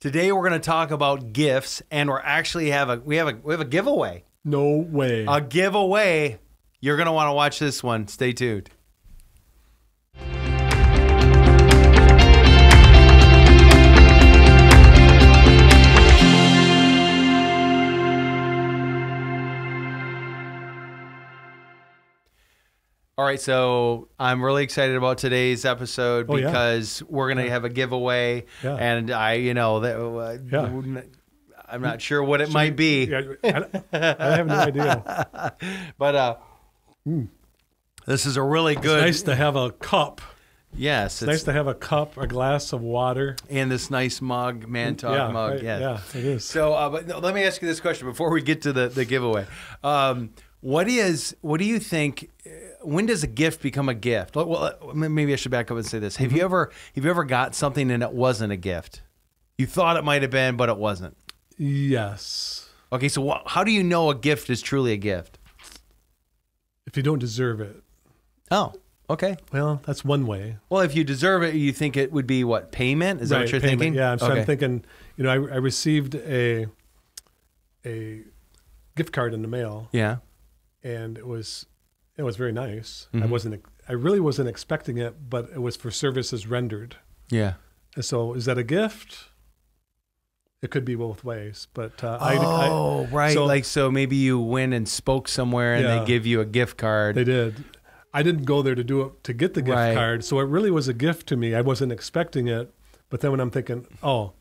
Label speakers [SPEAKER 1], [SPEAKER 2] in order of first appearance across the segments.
[SPEAKER 1] Today we're going to talk about gifts, and we're actually have a we have a we have a giveaway.
[SPEAKER 2] No way.
[SPEAKER 1] A giveaway. You're going to want to watch this one. Stay tuned. All right, so I'm really excited about today's episode
[SPEAKER 2] Oh, yeah.
[SPEAKER 1] because we're gonna have a giveaway,
[SPEAKER 2] Yeah.
[SPEAKER 1] and I, you know, that, uh,
[SPEAKER 2] Yeah.
[SPEAKER 1] I'm not sure what it might be,
[SPEAKER 2] Yeah, I, I have no idea.
[SPEAKER 1] but uh, this is a really good,
[SPEAKER 2] Hmm. Nice to have a cup.
[SPEAKER 1] yes, it's
[SPEAKER 2] Nice to have a cup, a glass of water.
[SPEAKER 1] and this nice mug, man talk
[SPEAKER 2] yeah,
[SPEAKER 1] mug,
[SPEAKER 2] right,
[SPEAKER 1] yes.
[SPEAKER 2] yeah, it is.
[SPEAKER 1] So, uh, but no, let me ask you this question before we get to the the giveaway. Um, what is what do you think? uh, When does a gift become a gift? Well, Well, uh, m- maybe I should back up and say this.
[SPEAKER 2] Mm-hmm.
[SPEAKER 1] Have you ever have you ever got something and it wasn't a gift? You thought it might have been, but it wasn't.
[SPEAKER 2] yes,
[SPEAKER 1] Okay, so wh- how do you know a gift is truly a gift?
[SPEAKER 2] if you don't deserve it,
[SPEAKER 1] Oh, okay.
[SPEAKER 2] well, that's one way.
[SPEAKER 1] Well, if you deserve it, you think it would be what payment? Is that what
[SPEAKER 2] Right,
[SPEAKER 1] you're
[SPEAKER 2] payment.
[SPEAKER 1] thinking?
[SPEAKER 2] Yeah, so
[SPEAKER 1] okay.
[SPEAKER 2] I'm thinking. You know, I, I received a a gift card in the mail,
[SPEAKER 1] Yeah.
[SPEAKER 2] and it was it was very nice.
[SPEAKER 1] Mm-hmm.
[SPEAKER 2] I wasn't. I really wasn't expecting it, but it was for services rendered.
[SPEAKER 1] Yeah.
[SPEAKER 2] And so, is that a gift? It could be both ways, but uh, I- I,
[SPEAKER 1] Oh, right.
[SPEAKER 2] so-
[SPEAKER 1] like so, maybe you went and spoke somewhere, and
[SPEAKER 2] Yeah.
[SPEAKER 1] they give you a gift card.
[SPEAKER 2] They did. I didn't go there to do it to get the gift
[SPEAKER 1] Right.
[SPEAKER 2] card, so it really was a gift to me. I wasn't expecting it, but then when I'm thinking, oh,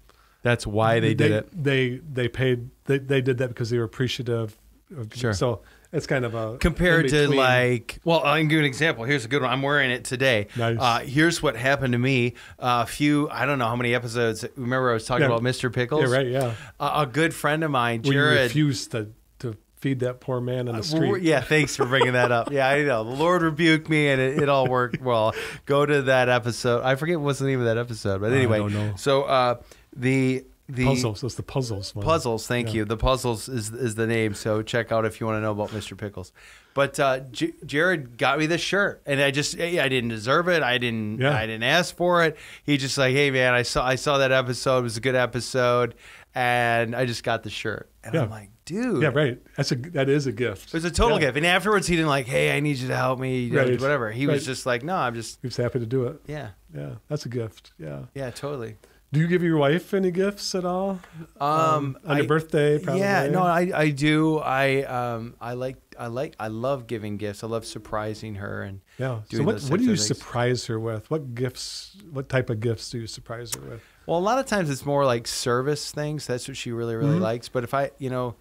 [SPEAKER 1] That's why they did it.
[SPEAKER 2] They they paid. They they did that because they were appreciative. Of,
[SPEAKER 1] Sure.
[SPEAKER 2] So it's kind of a
[SPEAKER 1] Compared to
[SPEAKER 2] in-between.
[SPEAKER 1] like, well, I can give you an example. Here's a good one. I'm wearing it today.
[SPEAKER 2] Nice.
[SPEAKER 1] Uh, here's what happened to me. Uh, a few, I don't know how many episodes. Remember, I was talking
[SPEAKER 2] Yeah.
[SPEAKER 1] about Mr. Pickles.
[SPEAKER 2] yeah right yeah.
[SPEAKER 1] A, a good friend of mine,
[SPEAKER 2] When you
[SPEAKER 1] Jared. Uh,
[SPEAKER 2] refused to to feed that poor man on the
[SPEAKER 1] Well, we're-
[SPEAKER 2] street.
[SPEAKER 1] Yeah, thanks for bringing that up. Yeah, I know. The Lord rebuked me, and it, it all worked well. Go to that episode. I forget what's the name of that episode, but anyway.
[SPEAKER 2] don't know.
[SPEAKER 1] So uh, the the
[SPEAKER 2] Puzzles. It's the puzzles one.
[SPEAKER 1] Puzzles, thank you. The puzzles is is the name. So check out if you want to know about Mr. Pickles. But uh, J- Jared got me this shirt, and I just eh, I didn't deserve it. I didn't
[SPEAKER 2] Yeah.
[SPEAKER 1] I didn't ask for it. He just like, hey man, I saw I saw that episode. It was a good episode, and I just got the shirt. And I'm
[SPEAKER 2] Yeah.
[SPEAKER 1] like, dude,
[SPEAKER 2] Yeah right. That's a that is a gift.
[SPEAKER 1] It was a total
[SPEAKER 2] Yeah.
[SPEAKER 1] gift. And afterwards, he didn't like, hey, I need you to help me, you know,
[SPEAKER 2] Right.
[SPEAKER 1] whatever. He
[SPEAKER 2] Right.
[SPEAKER 1] was just like, no, I'm just
[SPEAKER 2] He was happy to do it.
[SPEAKER 1] yeah,
[SPEAKER 2] Yeah, that's a gift. Yeah.
[SPEAKER 1] yeah, totally.
[SPEAKER 2] Do you give your wife any gifts at all?
[SPEAKER 1] Um,
[SPEAKER 2] on your
[SPEAKER 1] I-
[SPEAKER 2] birthday, probably.
[SPEAKER 1] Yeah, no, I, I do. I um I like I like I love giving gifts. I love surprising her and
[SPEAKER 2] Yeah. So
[SPEAKER 1] doing
[SPEAKER 2] what,
[SPEAKER 1] those
[SPEAKER 2] what
[SPEAKER 1] types
[SPEAKER 2] do you
[SPEAKER 1] of things.
[SPEAKER 2] surprise her with? What gifts? What type of gifts do you surprise her with?
[SPEAKER 1] Well, a lot of times it's more like service things. That's what she really
[SPEAKER 2] Mm-hmm.
[SPEAKER 1] really likes. But if I, you know,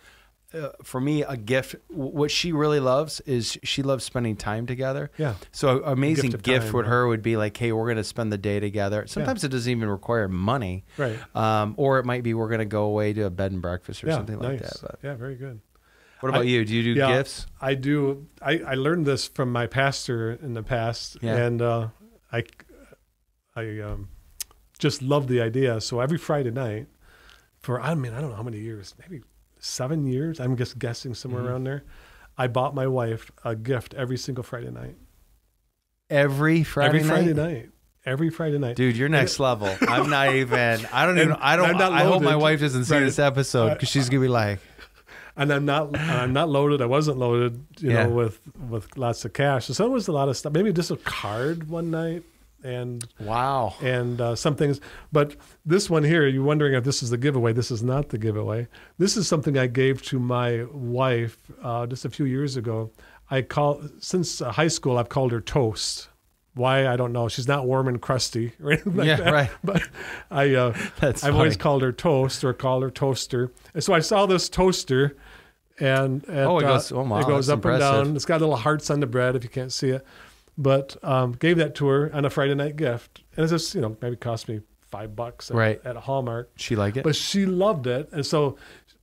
[SPEAKER 1] uh, for me, a gift. w- What she really loves is she loves spending time together.
[SPEAKER 2] Yeah.
[SPEAKER 1] So a- amazing
[SPEAKER 2] of
[SPEAKER 1] gift,
[SPEAKER 2] time,
[SPEAKER 1] with
[SPEAKER 2] yeah.
[SPEAKER 1] her would be like, hey, we're going to spend the day together. Sometimes it doesn't even require money.
[SPEAKER 2] Right.
[SPEAKER 1] Um, or it might be we're going to go away to a bed and breakfast or
[SPEAKER 2] yeah.
[SPEAKER 1] something like
[SPEAKER 2] nice.
[SPEAKER 1] that. But
[SPEAKER 2] Yeah. Very good.
[SPEAKER 1] what about
[SPEAKER 2] I-
[SPEAKER 1] you? Do you do
[SPEAKER 2] yeah,
[SPEAKER 1] gifts?
[SPEAKER 2] I do. I, I learned this from my pastor in the past,
[SPEAKER 1] Yeah.
[SPEAKER 2] and uh, I I um, just love the idea. So every Friday night, for I mean I don't know how many years, maybe seven years. I'm just guessing somewhere
[SPEAKER 1] Mm-hmm.
[SPEAKER 2] around there. I bought my wife a gift every single Friday night.
[SPEAKER 1] Every Friday
[SPEAKER 2] every
[SPEAKER 1] night.
[SPEAKER 2] Friday night. Every Friday night.
[SPEAKER 1] Dude, you're next level. I'm not even. I don't even. I don't.
[SPEAKER 2] I'm not
[SPEAKER 1] I hope my
[SPEAKER 2] loaded.
[SPEAKER 1] wife doesn't see
[SPEAKER 2] Right.
[SPEAKER 1] this episode because she's gonna be like,
[SPEAKER 2] and I'm not and I'm not loaded. I wasn't loaded, you
[SPEAKER 1] Yeah.
[SPEAKER 2] know, with with lots of cash. So it was a lot of stuff. Maybe just a card one night and
[SPEAKER 1] "Wow,
[SPEAKER 2] and uh, some things. But this one here, you're wondering if this is the giveaway. This is not the giveaway. This is something I gave to my wife uh, just a few years ago. I call since uh, high school, I've called her Toast. Why I don't know. She's not warm and crusty or anything like
[SPEAKER 1] Yeah,
[SPEAKER 2] that.
[SPEAKER 1] right.
[SPEAKER 2] But I, uh, I've
[SPEAKER 1] That's
[SPEAKER 2] always
[SPEAKER 1] funny.
[SPEAKER 2] called her Toast or call her Toaster. And so I saw this toaster, and at,
[SPEAKER 1] Oh, it
[SPEAKER 2] uh,
[SPEAKER 1] goes- oh, wow,
[SPEAKER 2] it goes
[SPEAKER 1] that's
[SPEAKER 2] up and
[SPEAKER 1] impressive.
[SPEAKER 2] down. It's got little hearts on the bread if you can't see it. But um, gave that to her on a Friday night gift, and it just you know maybe cost me five bucks at,
[SPEAKER 1] Right.
[SPEAKER 2] at Hallmark.
[SPEAKER 1] she like it."
[SPEAKER 2] But she loved it, and so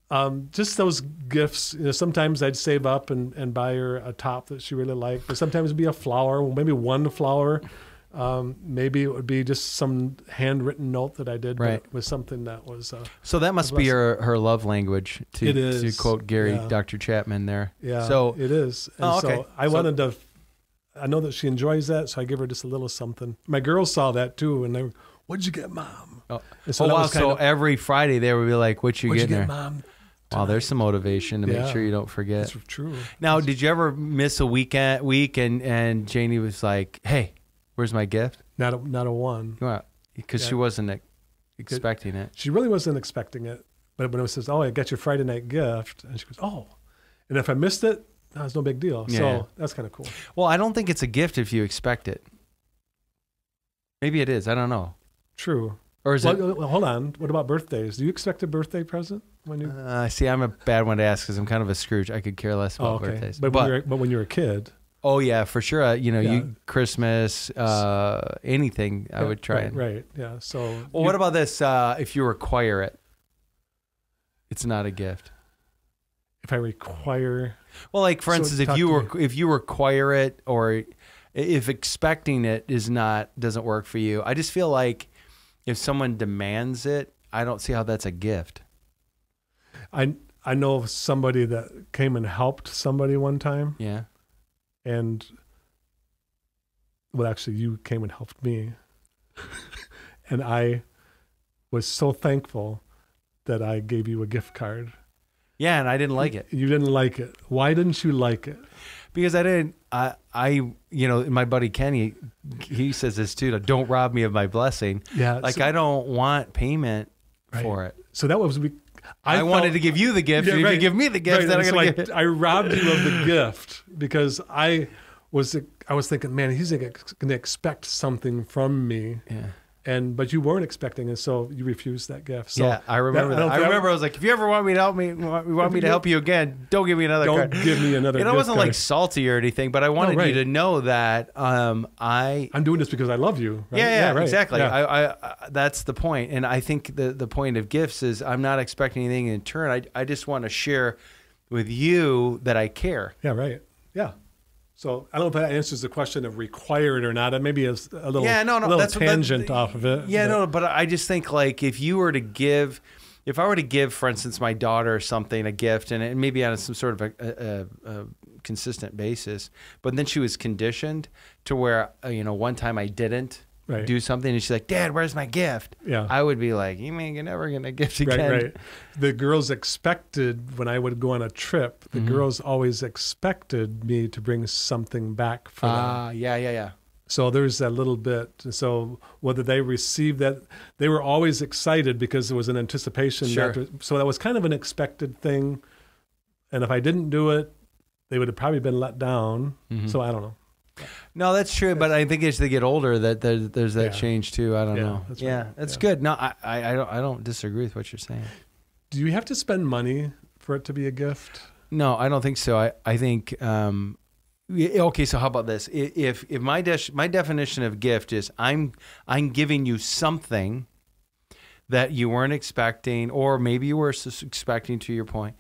[SPEAKER 2] um, just those gifts. You know, sometimes I'd save up and, and buy her a top that she really liked, but sometimes it'd be a flower, maybe one flower. Um, maybe it would be just some handwritten note that I did, but
[SPEAKER 1] Right.
[SPEAKER 2] it was something that was uh,
[SPEAKER 1] so that must be her, her love language. To,
[SPEAKER 2] It
[SPEAKER 1] to
[SPEAKER 2] is,
[SPEAKER 1] quote Gary
[SPEAKER 2] yeah.
[SPEAKER 1] Dr. Chapman there.
[SPEAKER 2] Yeah.
[SPEAKER 1] So
[SPEAKER 2] it is. And
[SPEAKER 1] Oh, okay.
[SPEAKER 2] so I
[SPEAKER 1] So-
[SPEAKER 2] wanted to I know that she enjoys that, so I give her just a little something. My girls saw that too and they were, What'd you get, mom?
[SPEAKER 1] Oh,
[SPEAKER 2] And so
[SPEAKER 1] oh,
[SPEAKER 2] that
[SPEAKER 1] wow.
[SPEAKER 2] was kind
[SPEAKER 1] So
[SPEAKER 2] of-
[SPEAKER 1] every Friday there would be like, what you
[SPEAKER 2] What'd you
[SPEAKER 1] getting
[SPEAKER 2] get,
[SPEAKER 1] there?
[SPEAKER 2] mom?
[SPEAKER 1] Wow, there's some motivation to
[SPEAKER 2] Yeah.
[SPEAKER 1] make sure you don't forget.
[SPEAKER 2] That's true.
[SPEAKER 1] Now, did you ever miss a weekend week and and Janie was like, "Hey, where's my gift?"
[SPEAKER 2] Not a, not a one.
[SPEAKER 1] You want because she
[SPEAKER 2] Yeah.
[SPEAKER 1] wasn't ex- expecting it.
[SPEAKER 2] She really wasn't expecting it, but when it says, "Oh, I got your Friday night gift," and she goes, "Oh," and if I missed it, that's no big deal.
[SPEAKER 1] Yeah.
[SPEAKER 2] So that's kind of cool.
[SPEAKER 1] Well, I don't think it's a gift if you expect it. Maybe it is. I don't know.
[SPEAKER 2] True.
[SPEAKER 1] Or is
[SPEAKER 2] Well, well, hold on. What about birthdays? Do you expect a birthday present when
[SPEAKER 1] it?
[SPEAKER 2] you? Oh,
[SPEAKER 1] Uh, see, I'm a bad one to ask because I'm kind of a Scrooge. I could care less about birthdays.
[SPEAKER 2] But, when you're, but when you're a kid,
[SPEAKER 1] oh yeah, for sure. Uh, you know,
[SPEAKER 2] Yeah.
[SPEAKER 1] you Christmas, uh, anything, I
[SPEAKER 2] yeah,
[SPEAKER 1] would try.
[SPEAKER 2] Right,
[SPEAKER 1] and,
[SPEAKER 2] right. Yeah. So.
[SPEAKER 1] Well,
[SPEAKER 2] you-
[SPEAKER 1] what about this? Uh, if you require it, it's not a gift.
[SPEAKER 2] if I require?
[SPEAKER 1] Well, like for
[SPEAKER 2] So
[SPEAKER 1] instance, if
[SPEAKER 2] talk
[SPEAKER 1] you
[SPEAKER 2] to
[SPEAKER 1] requ- if you require it or if expecting it is not doesn't work for you, I just feel like if someone demands it, I don't see how that's a gift.
[SPEAKER 2] I I know of somebody that came and helped somebody one time,
[SPEAKER 1] Yeah.
[SPEAKER 2] and well, actually, you came and helped me, and I was so thankful that I gave you a gift card.
[SPEAKER 1] Yeah, and I didn't like it
[SPEAKER 2] You didn't like it. Why didn't you like it?
[SPEAKER 1] because I didn't. I, I, you know, my buddy Kenny, he says this too. like, Don't rob me of my blessing.
[SPEAKER 2] Yeah.
[SPEAKER 1] Like
[SPEAKER 2] so,
[SPEAKER 1] I don't want payment
[SPEAKER 2] Right.
[SPEAKER 1] for it.
[SPEAKER 2] so that was we.
[SPEAKER 1] I, wanted
[SPEAKER 2] felt-
[SPEAKER 1] to give you the gift.
[SPEAKER 2] Yeah,
[SPEAKER 1] and if
[SPEAKER 2] right.
[SPEAKER 1] you give me the gift,
[SPEAKER 2] Right,
[SPEAKER 1] then I'm
[SPEAKER 2] and
[SPEAKER 1] gonna
[SPEAKER 2] so
[SPEAKER 1] give it.
[SPEAKER 2] I, I robbed you of the gift because I was I was thinking, man, he's going to expect something from me,
[SPEAKER 1] Yeah.
[SPEAKER 2] and but you weren't expecting, and so you refused that gift. So
[SPEAKER 1] yeah, I remember that.
[SPEAKER 2] don't
[SPEAKER 1] I
[SPEAKER 2] think-
[SPEAKER 1] remember I was like, if you ever want me to help me, want, you want me to help you again, don't give me another card.
[SPEAKER 2] Don't give me another
[SPEAKER 1] And I
[SPEAKER 2] gift
[SPEAKER 1] wasn't like
[SPEAKER 2] card. Oh,
[SPEAKER 1] salty or anything, but I wanted
[SPEAKER 2] right.
[SPEAKER 1] you to know that um, I.
[SPEAKER 2] I'm doing this because I love you. Right?
[SPEAKER 1] Yeah, yeah,
[SPEAKER 2] right.
[SPEAKER 1] exactly.
[SPEAKER 2] Yeah.
[SPEAKER 1] I, I, I, that's the point, and I think the the point of gifts is I'm not expecting anything in turn. I, I just want to share with you that I care.
[SPEAKER 2] Yeah, right. Yeah. So I don't know if that answers the question of required or not. It maybe is a little
[SPEAKER 1] Yeah, no, no,
[SPEAKER 2] a little
[SPEAKER 1] that's- that-
[SPEAKER 2] tangent off of it.
[SPEAKER 1] Yeah,
[SPEAKER 2] but-
[SPEAKER 1] no, but I just think like if you were to give, if I were to give, for instance, my daughter something, a gift, and it, maybe on some sort of a, a, a, a consistent basis, but then she was conditioned to where uh, you know one time I didn't
[SPEAKER 2] Right.
[SPEAKER 1] do something, and she's like, "Dad, where's my gift?"
[SPEAKER 2] Yeah.
[SPEAKER 1] I would be like, "You mean you're never gonna gift again?"
[SPEAKER 2] Right, right. The girls expected when I would go on a trip.
[SPEAKER 1] Mm-hmm.
[SPEAKER 2] The girls always expected me to bring something back for them.
[SPEAKER 1] Ah, yeah, yeah, yeah.
[SPEAKER 2] So there's that little bit. So whether they received that, they were always excited because there was an anticipation.
[SPEAKER 1] Sure.
[SPEAKER 2] That, so that was kind of an expected thing. And if I didn't do it, they would have probably been let down.
[SPEAKER 1] Mm-hmm.
[SPEAKER 2] So I don't know.
[SPEAKER 1] No, that's true. But I think as they get older, that there, there's that
[SPEAKER 2] Yeah.
[SPEAKER 1] change too. I don't
[SPEAKER 2] Yeah,
[SPEAKER 1] know.
[SPEAKER 2] that's
[SPEAKER 1] yeah,
[SPEAKER 2] right.
[SPEAKER 1] that's
[SPEAKER 2] Yeah.
[SPEAKER 1] good. No, I, I, I don't, I don't disagree with what you're saying.
[SPEAKER 2] Do you have to spend money for it to be a gift?
[SPEAKER 1] No, I don't think so. I, I think um, y- okay. So how about this? I- If if my de- my definition of gift is I'm I'm giving you something that you weren't expecting, or maybe you were s- expecting to your point,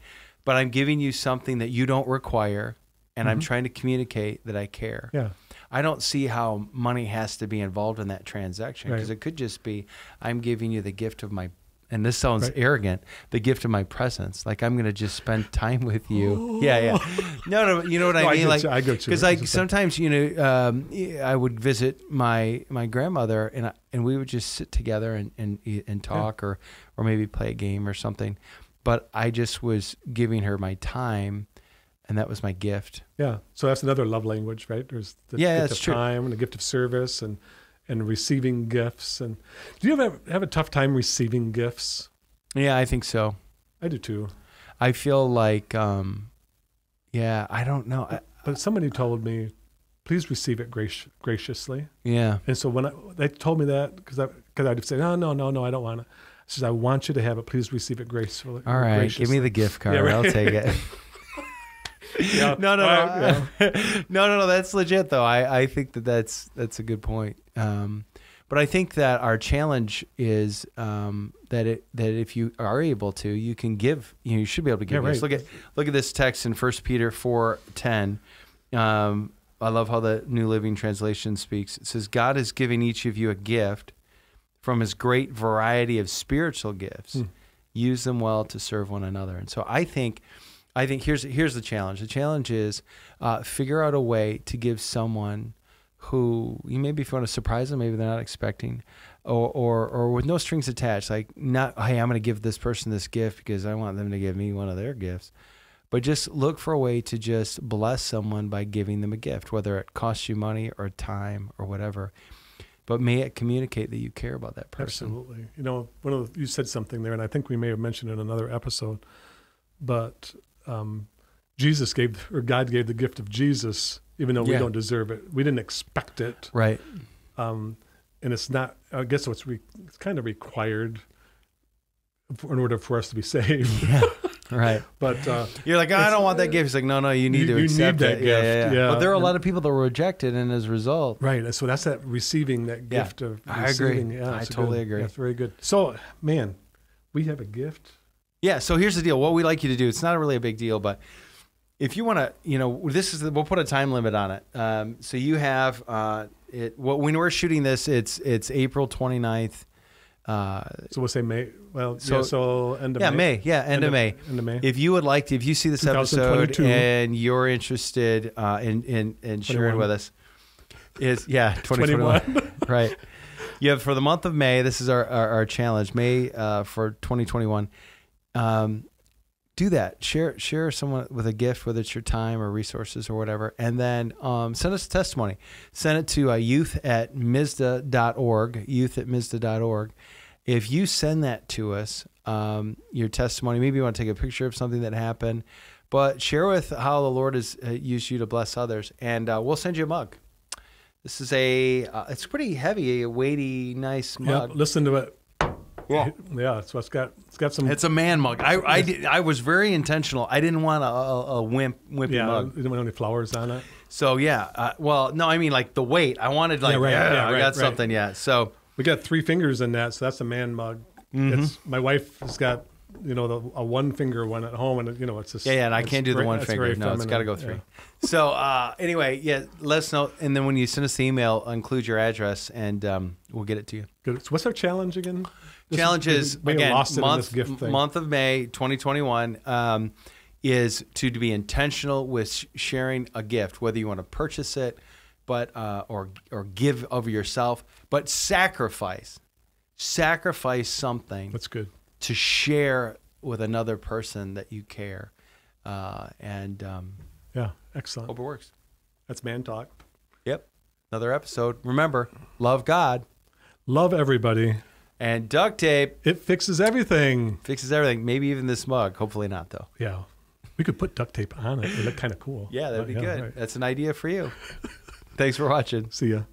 [SPEAKER 1] but I'm giving you something that you don't require, and I'm trying to communicate that I care.
[SPEAKER 2] Yeah.
[SPEAKER 1] I don't see how money has to be involved in that transaction because
[SPEAKER 2] Right.
[SPEAKER 1] it could just be I'm giving you the gift of my and this sounds
[SPEAKER 2] Right.
[SPEAKER 1] arrogant, the gift of my presence. Like I'm going to just spend time with you. yeah, yeah. No, no, you know what
[SPEAKER 2] No,
[SPEAKER 1] I
[SPEAKER 2] I
[SPEAKER 1] mean
[SPEAKER 2] get
[SPEAKER 1] like
[SPEAKER 2] you. I get you.
[SPEAKER 1] cuz
[SPEAKER 2] It's
[SPEAKER 1] like
[SPEAKER 2] just like-
[SPEAKER 1] sometimes you know um, I would visit my my grandmother and I, and we would just sit together and and eat and talk or or maybe play a game or something. But I just was giving her my time and that was my gift.
[SPEAKER 2] Yeah. So that's another love language, right? There's the
[SPEAKER 1] Yeah,
[SPEAKER 2] gift
[SPEAKER 1] that's
[SPEAKER 2] of
[SPEAKER 1] true.
[SPEAKER 2] time and the gift of service and and receiving gifts. And do you ever have a tough time receiving gifts?
[SPEAKER 1] Yeah, I think so.
[SPEAKER 2] I do too.
[SPEAKER 1] I feel like, um, yeah, I don't know. I,
[SPEAKER 2] But somebody told me, please receive it grac- graciously.
[SPEAKER 1] yeah,
[SPEAKER 2] And so when I, they told me that, because I because I'd say, no, no, no, no, I don't want it. She says, I want you to have it. Please receive it gracefully.
[SPEAKER 1] all right, give me the gift card.
[SPEAKER 2] right.
[SPEAKER 1] I'll take it.
[SPEAKER 2] graciously." Yeah.
[SPEAKER 1] no, no, no,
[SPEAKER 2] All right, yeah.
[SPEAKER 1] no, no, no. That's legit though. I, I think that that's that's a good point. Um, but I think that our challenge is um, that it that if you are able to, you can give. You, know, you should be able to give.
[SPEAKER 2] Yeah,
[SPEAKER 1] gifts.
[SPEAKER 2] right.
[SPEAKER 1] Look at look at this text in First Peter four ten. Um, I love how the New Living Translation speaks. It says, "God has given each of you a gift from His great variety of spiritual gifts. Use them well to serve one another." And so I think, I think here's here's the challenge. The challenge is uh, figure out a way to give someone who you maybe if you want to surprise them, maybe they're not expecting or, or or with no strings attached, like not hey, I'm going to give this person this gift because I want them to give me one of their gifts. But just look for a way to just bless someone by giving them a gift, whether it costs you money or time or whatever. But may it communicate that you care about that person.
[SPEAKER 2] Absolutely. You know, one of the, you said something there, and I think we may have mentioned in another episode, but um, Jesus gave or God gave the gift of Jesus, even though we
[SPEAKER 1] Yeah.
[SPEAKER 2] don't deserve it. We didn't expect it,
[SPEAKER 1] Right.
[SPEAKER 2] um, and it's not. I guess what's re, it's kind of required for, in order for us to be saved.
[SPEAKER 1] Yeah. right.
[SPEAKER 2] But uh,
[SPEAKER 1] You're like, I don't want that gift. It's like, no, no, you need
[SPEAKER 2] You-
[SPEAKER 1] to
[SPEAKER 2] you
[SPEAKER 1] accept
[SPEAKER 2] need
[SPEAKER 1] it.
[SPEAKER 2] that
[SPEAKER 1] Yeah,
[SPEAKER 2] gift.
[SPEAKER 1] yeah, yeah.
[SPEAKER 2] Yeah.
[SPEAKER 1] But there are a lot of people that were rejected, and as a result,
[SPEAKER 2] Right. and So that's that receiving that
[SPEAKER 1] Yeah,
[SPEAKER 2] gift of
[SPEAKER 1] I agree.
[SPEAKER 2] receiving. Yeah,
[SPEAKER 1] I
[SPEAKER 2] it's a
[SPEAKER 1] totally
[SPEAKER 2] good-
[SPEAKER 1] agree.
[SPEAKER 2] That's very good. So, man, we have a gift.
[SPEAKER 1] Yeah. So here's the deal. What we like you to do, it's not really a big deal, but if you want to, you know, this is the, we'll put a time limit on it. Um, so you have uh, it. Well, when we're shooting this, it's it's April 29th. Uh,
[SPEAKER 2] So we'll say May. Well,
[SPEAKER 1] So-
[SPEAKER 2] so, yeah, so end of
[SPEAKER 1] yeah,
[SPEAKER 2] May.
[SPEAKER 1] May. Yeah, end, of May.
[SPEAKER 2] End of May.
[SPEAKER 1] If you would like to, if you see this episode
[SPEAKER 2] 2022.
[SPEAKER 1] and you're interested uh, in in in sharing
[SPEAKER 2] 21.
[SPEAKER 1] with us, is yeah, 2021, right? You have for the month of May. This is our our, our challenge, May uh, for 2021. Um, do that. Share share someone with a gift, whether it's your time or resources or whatever, and then um, send us a testimony. Send it to uh, youth at misda.org, youth at misda.org. If you send that to us, um, your testimony, maybe you want to take a picture of something that happened, but share with how the Lord has uh, used you to bless others, and uh, we'll send you a mug. This is a uh, it's pretty heavy, a weighty, nice
[SPEAKER 2] Yep,
[SPEAKER 1] mug.
[SPEAKER 2] listen to it.
[SPEAKER 1] Yeah.
[SPEAKER 2] Yeah. So it's got it's got some.
[SPEAKER 1] It's a man mug. I I, did, I was very intentional. I didn't want a, a, a wimp wimpy
[SPEAKER 2] yeah.
[SPEAKER 1] mug.
[SPEAKER 2] You don't want any flowers on it.
[SPEAKER 1] So yeah, uh, well, no, I mean like the weight. I wanted like yeah,
[SPEAKER 2] Yeah, right, yeah,
[SPEAKER 1] I
[SPEAKER 2] right,
[SPEAKER 1] got
[SPEAKER 2] right.
[SPEAKER 1] something. Yeah, so
[SPEAKER 2] We got three fingers in that, so that's a man mug.
[SPEAKER 1] Mm-hmm.
[SPEAKER 2] It's my wife has got you know the, a one finger one at home, and you know it's just
[SPEAKER 1] yeah, yeah, and I
[SPEAKER 2] it's
[SPEAKER 1] can't do the
[SPEAKER 2] very-
[SPEAKER 1] one
[SPEAKER 2] it's
[SPEAKER 1] finger.
[SPEAKER 2] very
[SPEAKER 1] No, it's got to
[SPEAKER 2] feminine.
[SPEAKER 1] go three. So uh, anyway, yeah, let us know, and then when you send us the email, include your address, and um, we'll get it to you.
[SPEAKER 2] Good. So what's our challenge again? This-
[SPEAKER 1] challenge is
[SPEAKER 2] we
[SPEAKER 1] again
[SPEAKER 2] lost it in
[SPEAKER 1] month,
[SPEAKER 2] this gift thing.
[SPEAKER 1] month of May 2021 um, is to be intentional with sh- sharing a gift, whether you want to purchase it, but uh, or or give of yourself, but sacrifice, sacrifice something
[SPEAKER 2] That's good.
[SPEAKER 1] to share with another person that you care, uh, and um,
[SPEAKER 2] Yeah, excellent.
[SPEAKER 1] hope it works.
[SPEAKER 2] That's man talk.
[SPEAKER 1] Yep, another episode. Remember, love God
[SPEAKER 2] Love everybody.
[SPEAKER 1] and duct tape
[SPEAKER 2] It fixes everything.
[SPEAKER 1] fixes everything. Maybe even this mug. Hopefully not though.
[SPEAKER 2] Yeah. We could put duct tape on it. It would look kind of cool.
[SPEAKER 1] Yeah, that'd be
[SPEAKER 2] Yeah,
[SPEAKER 1] good.
[SPEAKER 2] right.
[SPEAKER 1] That's an idea for you. Thanks for watching.
[SPEAKER 2] See ya.